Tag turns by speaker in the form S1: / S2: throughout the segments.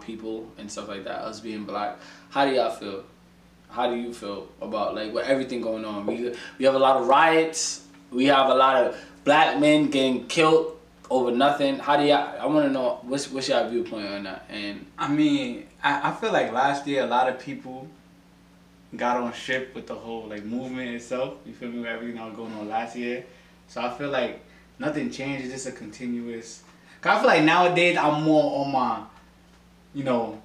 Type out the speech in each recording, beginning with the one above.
S1: people and stuff like that, us being black. How do y'all feel? How do you feel about like what everything going on? We we have a lot of riots. We have a lot of black men getting killed over nothing. How do y'all? I want to know what's what's y'all viewpoint on that? And
S2: I mean, I, I feel like last year a lot of people got on ship with the whole like movement itself. You feel me? With everything that was going on last year, so I feel like nothing changed. It's just a continuous. Cause I feel like nowadays I'm more on my, you know,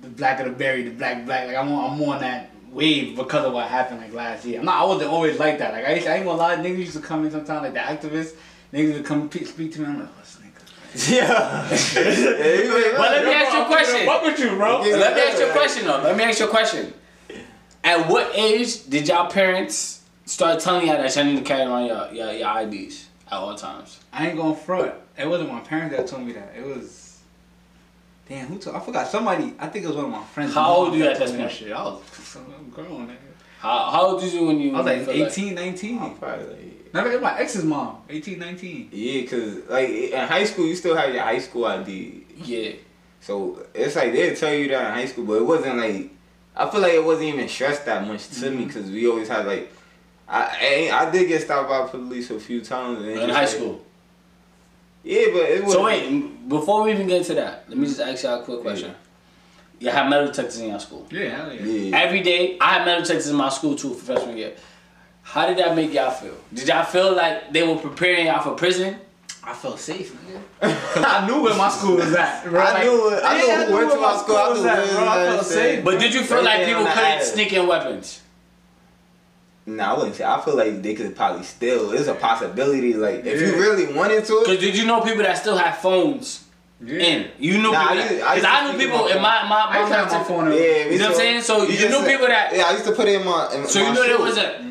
S2: the black of the berry, the black black. Like I'm on, I'm more on that wave because of what happened like last year. I'm not. I wasn't always like that. Like I, used, I ain't gonna lie. Niggas used to come in sometimes like the activists. Niggas would come pe- speak to me. I'm like, what's nigga?
S3: Yeah.
S1: but let me ask you a question.
S2: Fuck with you, bro.
S1: Let me ask you a question though. Let me ask you a question. At what age did y'all parents start telling y'all that y'all need to carry around y'all, y'all, y'all IDs at all times?
S2: I ain't gonna front. It wasn't my parents that told me that. It was. Damn, who told? I forgot somebody. I think it was one of my friends.
S1: How old were you at
S2: Told
S1: this
S2: me that
S1: point?
S2: Shit, I was some grown. nigga.
S1: How, how old was you when you?
S2: I was like
S1: when you felt
S2: 18, 19.
S3: I'm probably like,
S2: Remember, it was my ex's mom, 18, 19.
S3: yeah, cause like in high school you still have your high school ID,
S1: Yeah.
S3: so it's like they tell you that in high school, but it wasn't like I feel like it wasn't even stressed that much to
S1: Mm-hmm.
S3: me, cause we always had like I I, I did get stopped by police a few times and it's
S1: In
S3: just
S1: high
S3: like-
S1: school.
S3: Yeah, but it was
S1: So wait, m- before we even get into that, let me just ask y'all a quick question. You have metal detectors in your school.
S2: Yeah, hell yeah.
S3: Yeah.
S1: Every day, I had metal detectors in my school too for freshman year. How did that make y'all feel? Did y'all feel like they were preparing y'all for prison?
S2: I felt safe, nigga. 'Cause I knew where my school was at, bro.
S3: I knew it- I knew who went to
S2: where
S3: my school, I knew
S2: was
S3: where
S2: at,
S3: it
S2: bro. I
S3: was
S2: felt
S3: at.
S2: safe.
S1: But did you feel
S3: Right
S1: like
S3: there
S1: people
S3: on the
S1: couldn't
S3: alley.
S1: sneak in weapons?
S3: Nah, I wouldn't say. I feel like they could probably still. It's a possibility. Like if you
S2: Yeah.
S3: really wanted to.
S1: Because did you know people that still had phones
S2: yeah.
S1: in? You knew
S3: Nah, I
S1: people.
S3: used- I
S1: Because
S3: used
S1: I,
S3: to
S1: knew
S3: keep
S1: people in
S3: my
S1: my, my,
S2: I
S1: my,
S2: used to have my phone. in-
S3: Yeah, we
S1: You know what I'm
S3: still-
S1: saying? So you
S3: just-
S1: knew people that-
S3: Yeah, I used to put it in my. In
S1: So you
S3: my
S1: know there
S3: shoe.
S1: was a,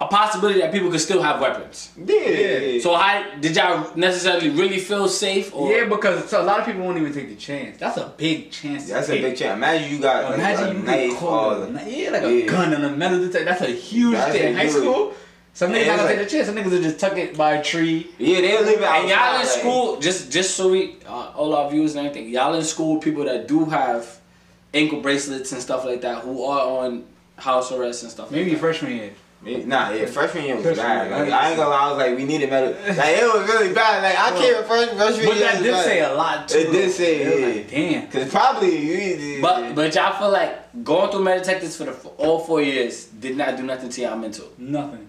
S1: a possibility that people could still have weapons.
S3: Yeah. yeah.
S2: Yeah.
S1: So how did y'all necessarily really feel safe? Or?
S2: Yeah, because so a lot of people won't even take the chance. That's a big chance. to
S3: That's a
S2: take.
S3: big chance. Imagine you got like,
S2: Imagine
S3: a
S2: you get
S3: knife
S2: caught.
S3: all
S2: with a
S3: the-
S2: kni- Yeah, like a
S3: Yeah.
S2: gun and a metal detector. That's a huge
S3: That's
S2: thing. In
S3: a
S2: high
S3: huge-
S2: school, some
S3: Yeah,
S2: niggas not
S3: it's
S2: gonna
S3: like-
S2: take the chance. Some niggas will just tuck it by a tree.
S3: Yeah, they live outside.
S1: And y'all in
S3: like-
S1: school, just just so we uh, all our viewers and everything, y'all in school with people that do have ankle bracelets and stuff like that who are on house arrest and stuff.
S2: Maybe
S1: like that.
S2: freshman year.
S3: Nah, yeah, freshman year was
S2: Freshman
S3: bad.
S2: year,
S3: Like,
S2: I
S3: I ain't gonna lie, I was like, we needed metal. Like, it was really bad. Like, I can't freshman, freshman
S2: But
S3: year.
S2: that
S3: was
S2: did
S3: bad.
S2: say a lot too.
S3: It did say,
S2: It was
S3: yeah.
S2: Like, damn.
S3: Cause probably you.
S1: But but y'all feel like going through metal detectors for the for all four years did not do nothing to y'all mental.
S2: Nothing.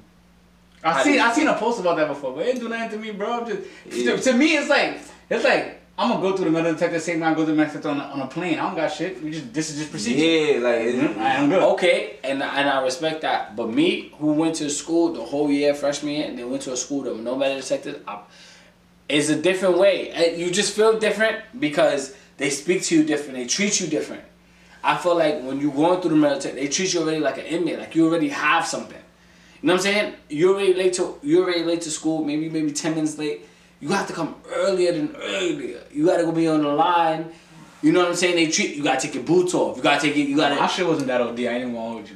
S1: How
S2: I seen
S1: do you-
S2: I seen a post about that before, but it didn't do nothing to me, bro. I'm just
S3: Yeah.
S2: to, to me it's like it's like I'm gonna go through the metal detector same time I go through the metal detector on a, on a plane. I don't got shit. We just this is just procedure.
S3: yeah, like
S2: Mhm.
S3: it's,
S2: I am good.
S1: Okay, and and I respect that. But me, who went to school the whole year freshman year, and then went to a school that was no metal detectors, I, it's a different way. And You just feel different because they speak to you different, they treat you different. I feel like when you going through the metal detector, they treat you already like an inmate, like you already have something. You know what I'm saying? You're already late to you're already late to school, maybe maybe ten minutes late. You have to come earlier than earlier. You gotta go be on the line. You know what I'm saying? They treat you gotta take your boots off. You gotta take it. You gotta.
S2: My shit wasn't that OD. I didn't want to hold you.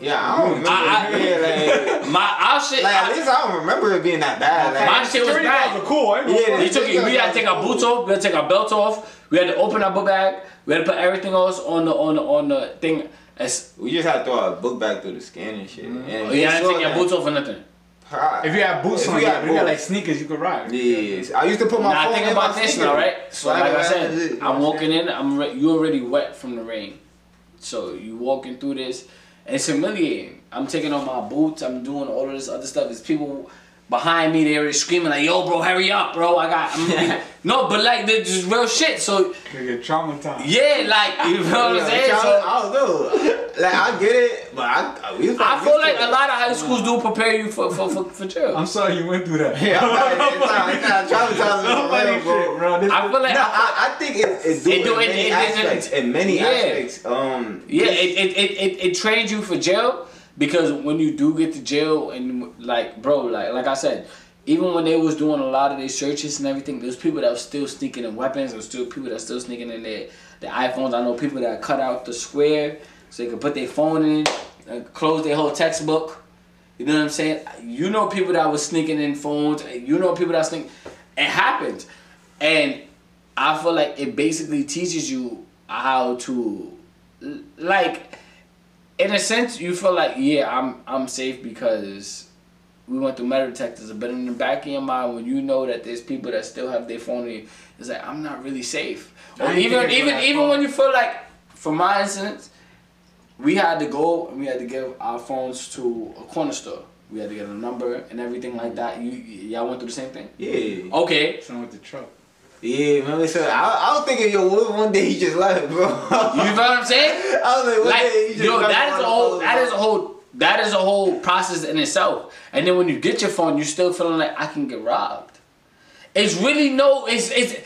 S1: Okay.
S3: yeah, I don't remember.
S1: I- I-
S3: yeah, like,
S1: My our shit.
S3: like, at
S1: I,
S3: least I don't remember it being that bad. Like,
S1: my shit was
S2: Security guards
S1: bad.
S2: are cool. I ain't gonna
S3: Yeah,
S2: front.
S1: We took it, we had to take our boots off. We had to take our belt off. We had to open our book bag. We had to put everything else on the on the on the thing. As
S3: we just had to throw our book back through the scan and shit.
S2: Mm-hmm. Oh,
S3: And
S1: you
S3: they
S1: had to
S3: saw
S1: take your
S3: that.
S1: boots off or nothing.
S3: Pro-
S2: If you had boots
S3: If
S2: on,
S3: you
S2: you
S3: had
S2: if you got like
S3: boots.
S2: sneakers, you could ride.
S3: Yes, I used to put my
S1: Now
S3: phone
S1: I think
S3: in
S1: about
S3: my
S1: this
S3: sneaker.
S1: now, right? So
S3: Like,
S1: like I
S3: that's
S1: said,
S3: it, you
S1: I'm
S3: know what
S1: walking in. I'm re- you already wet from the rain, so you walking through this. It's humiliating. I'm taking off my boots. I'm doing all of this other stuff. It's people behind me. They already screaming like, "Yo, bro, hurry up, bro! I got I'm, no." But like, this is real shit. So
S2: Nigga, traumatized.
S1: yeah, like you know what I'm
S3: Yeah,
S1: saying.
S3: y'all-
S1: So,
S3: I don't know. Like I get it, but I, I, we was
S1: I
S3: used
S1: feel
S3: to
S1: like
S3: it.
S1: a lot of high schools do prepare you for for for, for jail.
S2: I'm sorry you went through that.
S3: Yeah, I'm not, it's not, it's not traumatizing for
S2: Nobody
S3: real, bro.
S2: shit, bro. This-
S1: I feel like
S3: No, I, I think it, it do
S1: It do-
S3: in
S1: it-
S3: many
S1: it doesn't-
S3: aspects. In many
S1: Yeah.
S3: aspects, um,
S1: yeah,
S3: this-
S1: it it, it, it it trains you for jail because when you do get to jail and like bro, like like I said, even when they was doing a lot of their searches and everything, there's people that was still sneaking in weapons. There's still people that still sneaking in their their iPhones. I know people that cut out the square so they could put their phone in and close their whole textbook. You know what I'm saying? You know people that was sneaking in phones. You know people that sneak. It happens, and I feel like it basically teaches you how to, like, in a sense, you feel like yeah, I'm I'm safe because we went through metal detectors. But in the back of your mind, when you know that there's people that still have their phone, in you, it's like I'm not really safe.
S2: I
S1: Or
S2: ain't
S1: even
S2: thinking
S1: even
S2: about
S1: even
S2: phone.
S1: when you feel like, for my instance, we had to go and we had to give our phones to a corner store. We had to get a number and everything like that. You y'all went through the same thing.
S3: Yeah.
S1: Okay,
S2: Something with the truck.
S3: Yeah, remember? So I, I was thinking, yo, what if one day he just left, bro?
S1: you feel what I'm saying?
S3: I was like, one day he
S1: like
S3: just
S1: yo,
S3: left
S1: that
S3: on
S1: is a
S3: the
S1: whole
S3: phone,
S1: that
S3: bro.
S1: is a whole that is a whole process in itself. And then when you get your phone, you're still feeling like I can get robbed. It's really no. It's it's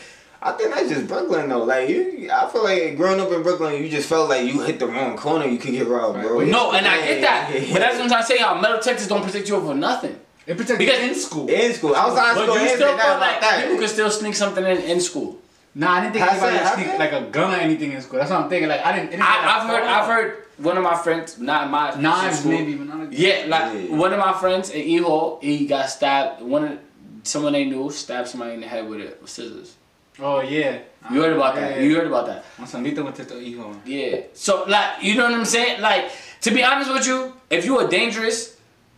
S3: I think that's just Brooklyn though. Like you, I feel like growing up in Brooklyn, you just felt like you hit the wrong corner, you could get robbed, bro.
S1: no, and I get that.
S3: Yeah.
S1: But that's what I'm trying to say. How metal detectors don't protect you over nothing.
S2: It protects
S1: Because-
S2: in school.
S3: in school, outside
S1: But
S3: school,
S1: you
S3: everything,
S1: still
S3: not
S1: feel
S3: about
S1: like
S3: that.
S1: you could still sneak something in in school.
S2: nah, I didn't think
S3: How's
S2: anybody
S3: that?
S2: would sneak
S3: How's
S2: like a gun or anything in school. That's what I'm thinking. Like I didn't. it didn't have a
S1: I, I've heard.
S2: phone.
S1: I've heard one of my friends, not in my
S2: knives
S1: school.
S2: maybe, but not a
S1: Yeah, like
S3: Yeah.
S1: one of my friends in E Hall, he got stabbed. One of someone they knew stabbed somebody in the head with it with scissors.
S2: Oh yeah.
S1: You heard about that?
S2: Yeah,
S1: You
S2: yeah.
S1: heard about that?
S2: Once Anita went to the hijo.
S1: Yeah. So like, you know what I'm saying? Like, to be honest with you, if you are dangerous,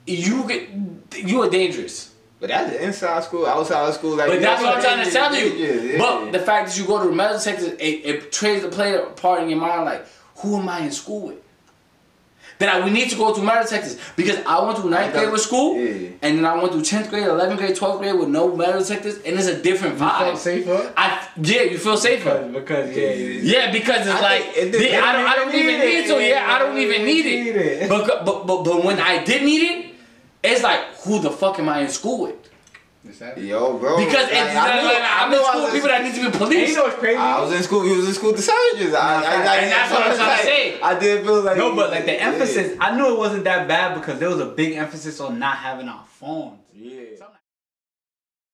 S1: you get you are dangerous.
S3: But that's inside school, outside school. Like,
S1: But that's what I'm trying to tell
S3: Yeah, yeah,
S1: you.
S3: yeah.
S1: But the fact that you go to the metal detector, it, it plays the play a part in your mind. Like, who am I in school with? That I, we need to go through metal detectors because I went through ninth
S3: I
S1: grade
S3: got-
S1: with school,
S3: yeah.
S1: and then I went through tenth grade, eleventh grade, twelfth grade with no metal detectors, and it's a different vibe.
S2: felt safer?
S1: I yeah, you feel safer.
S2: Because, because yeah, yeah, yeah.
S1: Yeah, because it's
S3: I
S1: like
S3: think it- they
S1: the- I don't, I don't
S3: don't
S1: even
S3: even need
S1: need to.
S3: it.
S1: Yeah, I don't
S3: They
S1: even
S3: don't
S1: need
S3: even need
S1: it.
S3: it.
S1: But, but but but when I did need it, it's like who the fuck am I in school with?
S2: Is that-
S3: yo, bro,
S1: Because it's like,
S3: knew-
S1: I'm
S3: knew
S1: in
S3: I
S1: school
S3: was
S1: with people that need to be
S2: And you
S1: police.
S2: know what's crazy?
S3: I was in school. We was in school with the savages. I, I, I,
S1: And that's what I'm trying to
S3: like,
S1: say.
S3: I did feel like
S2: no, but like the
S3: Yeah.
S2: emphasis, I knew it wasn't that bad because there was a big emphasis on not having our phones.
S3: Yeah.
S2: So I'm like-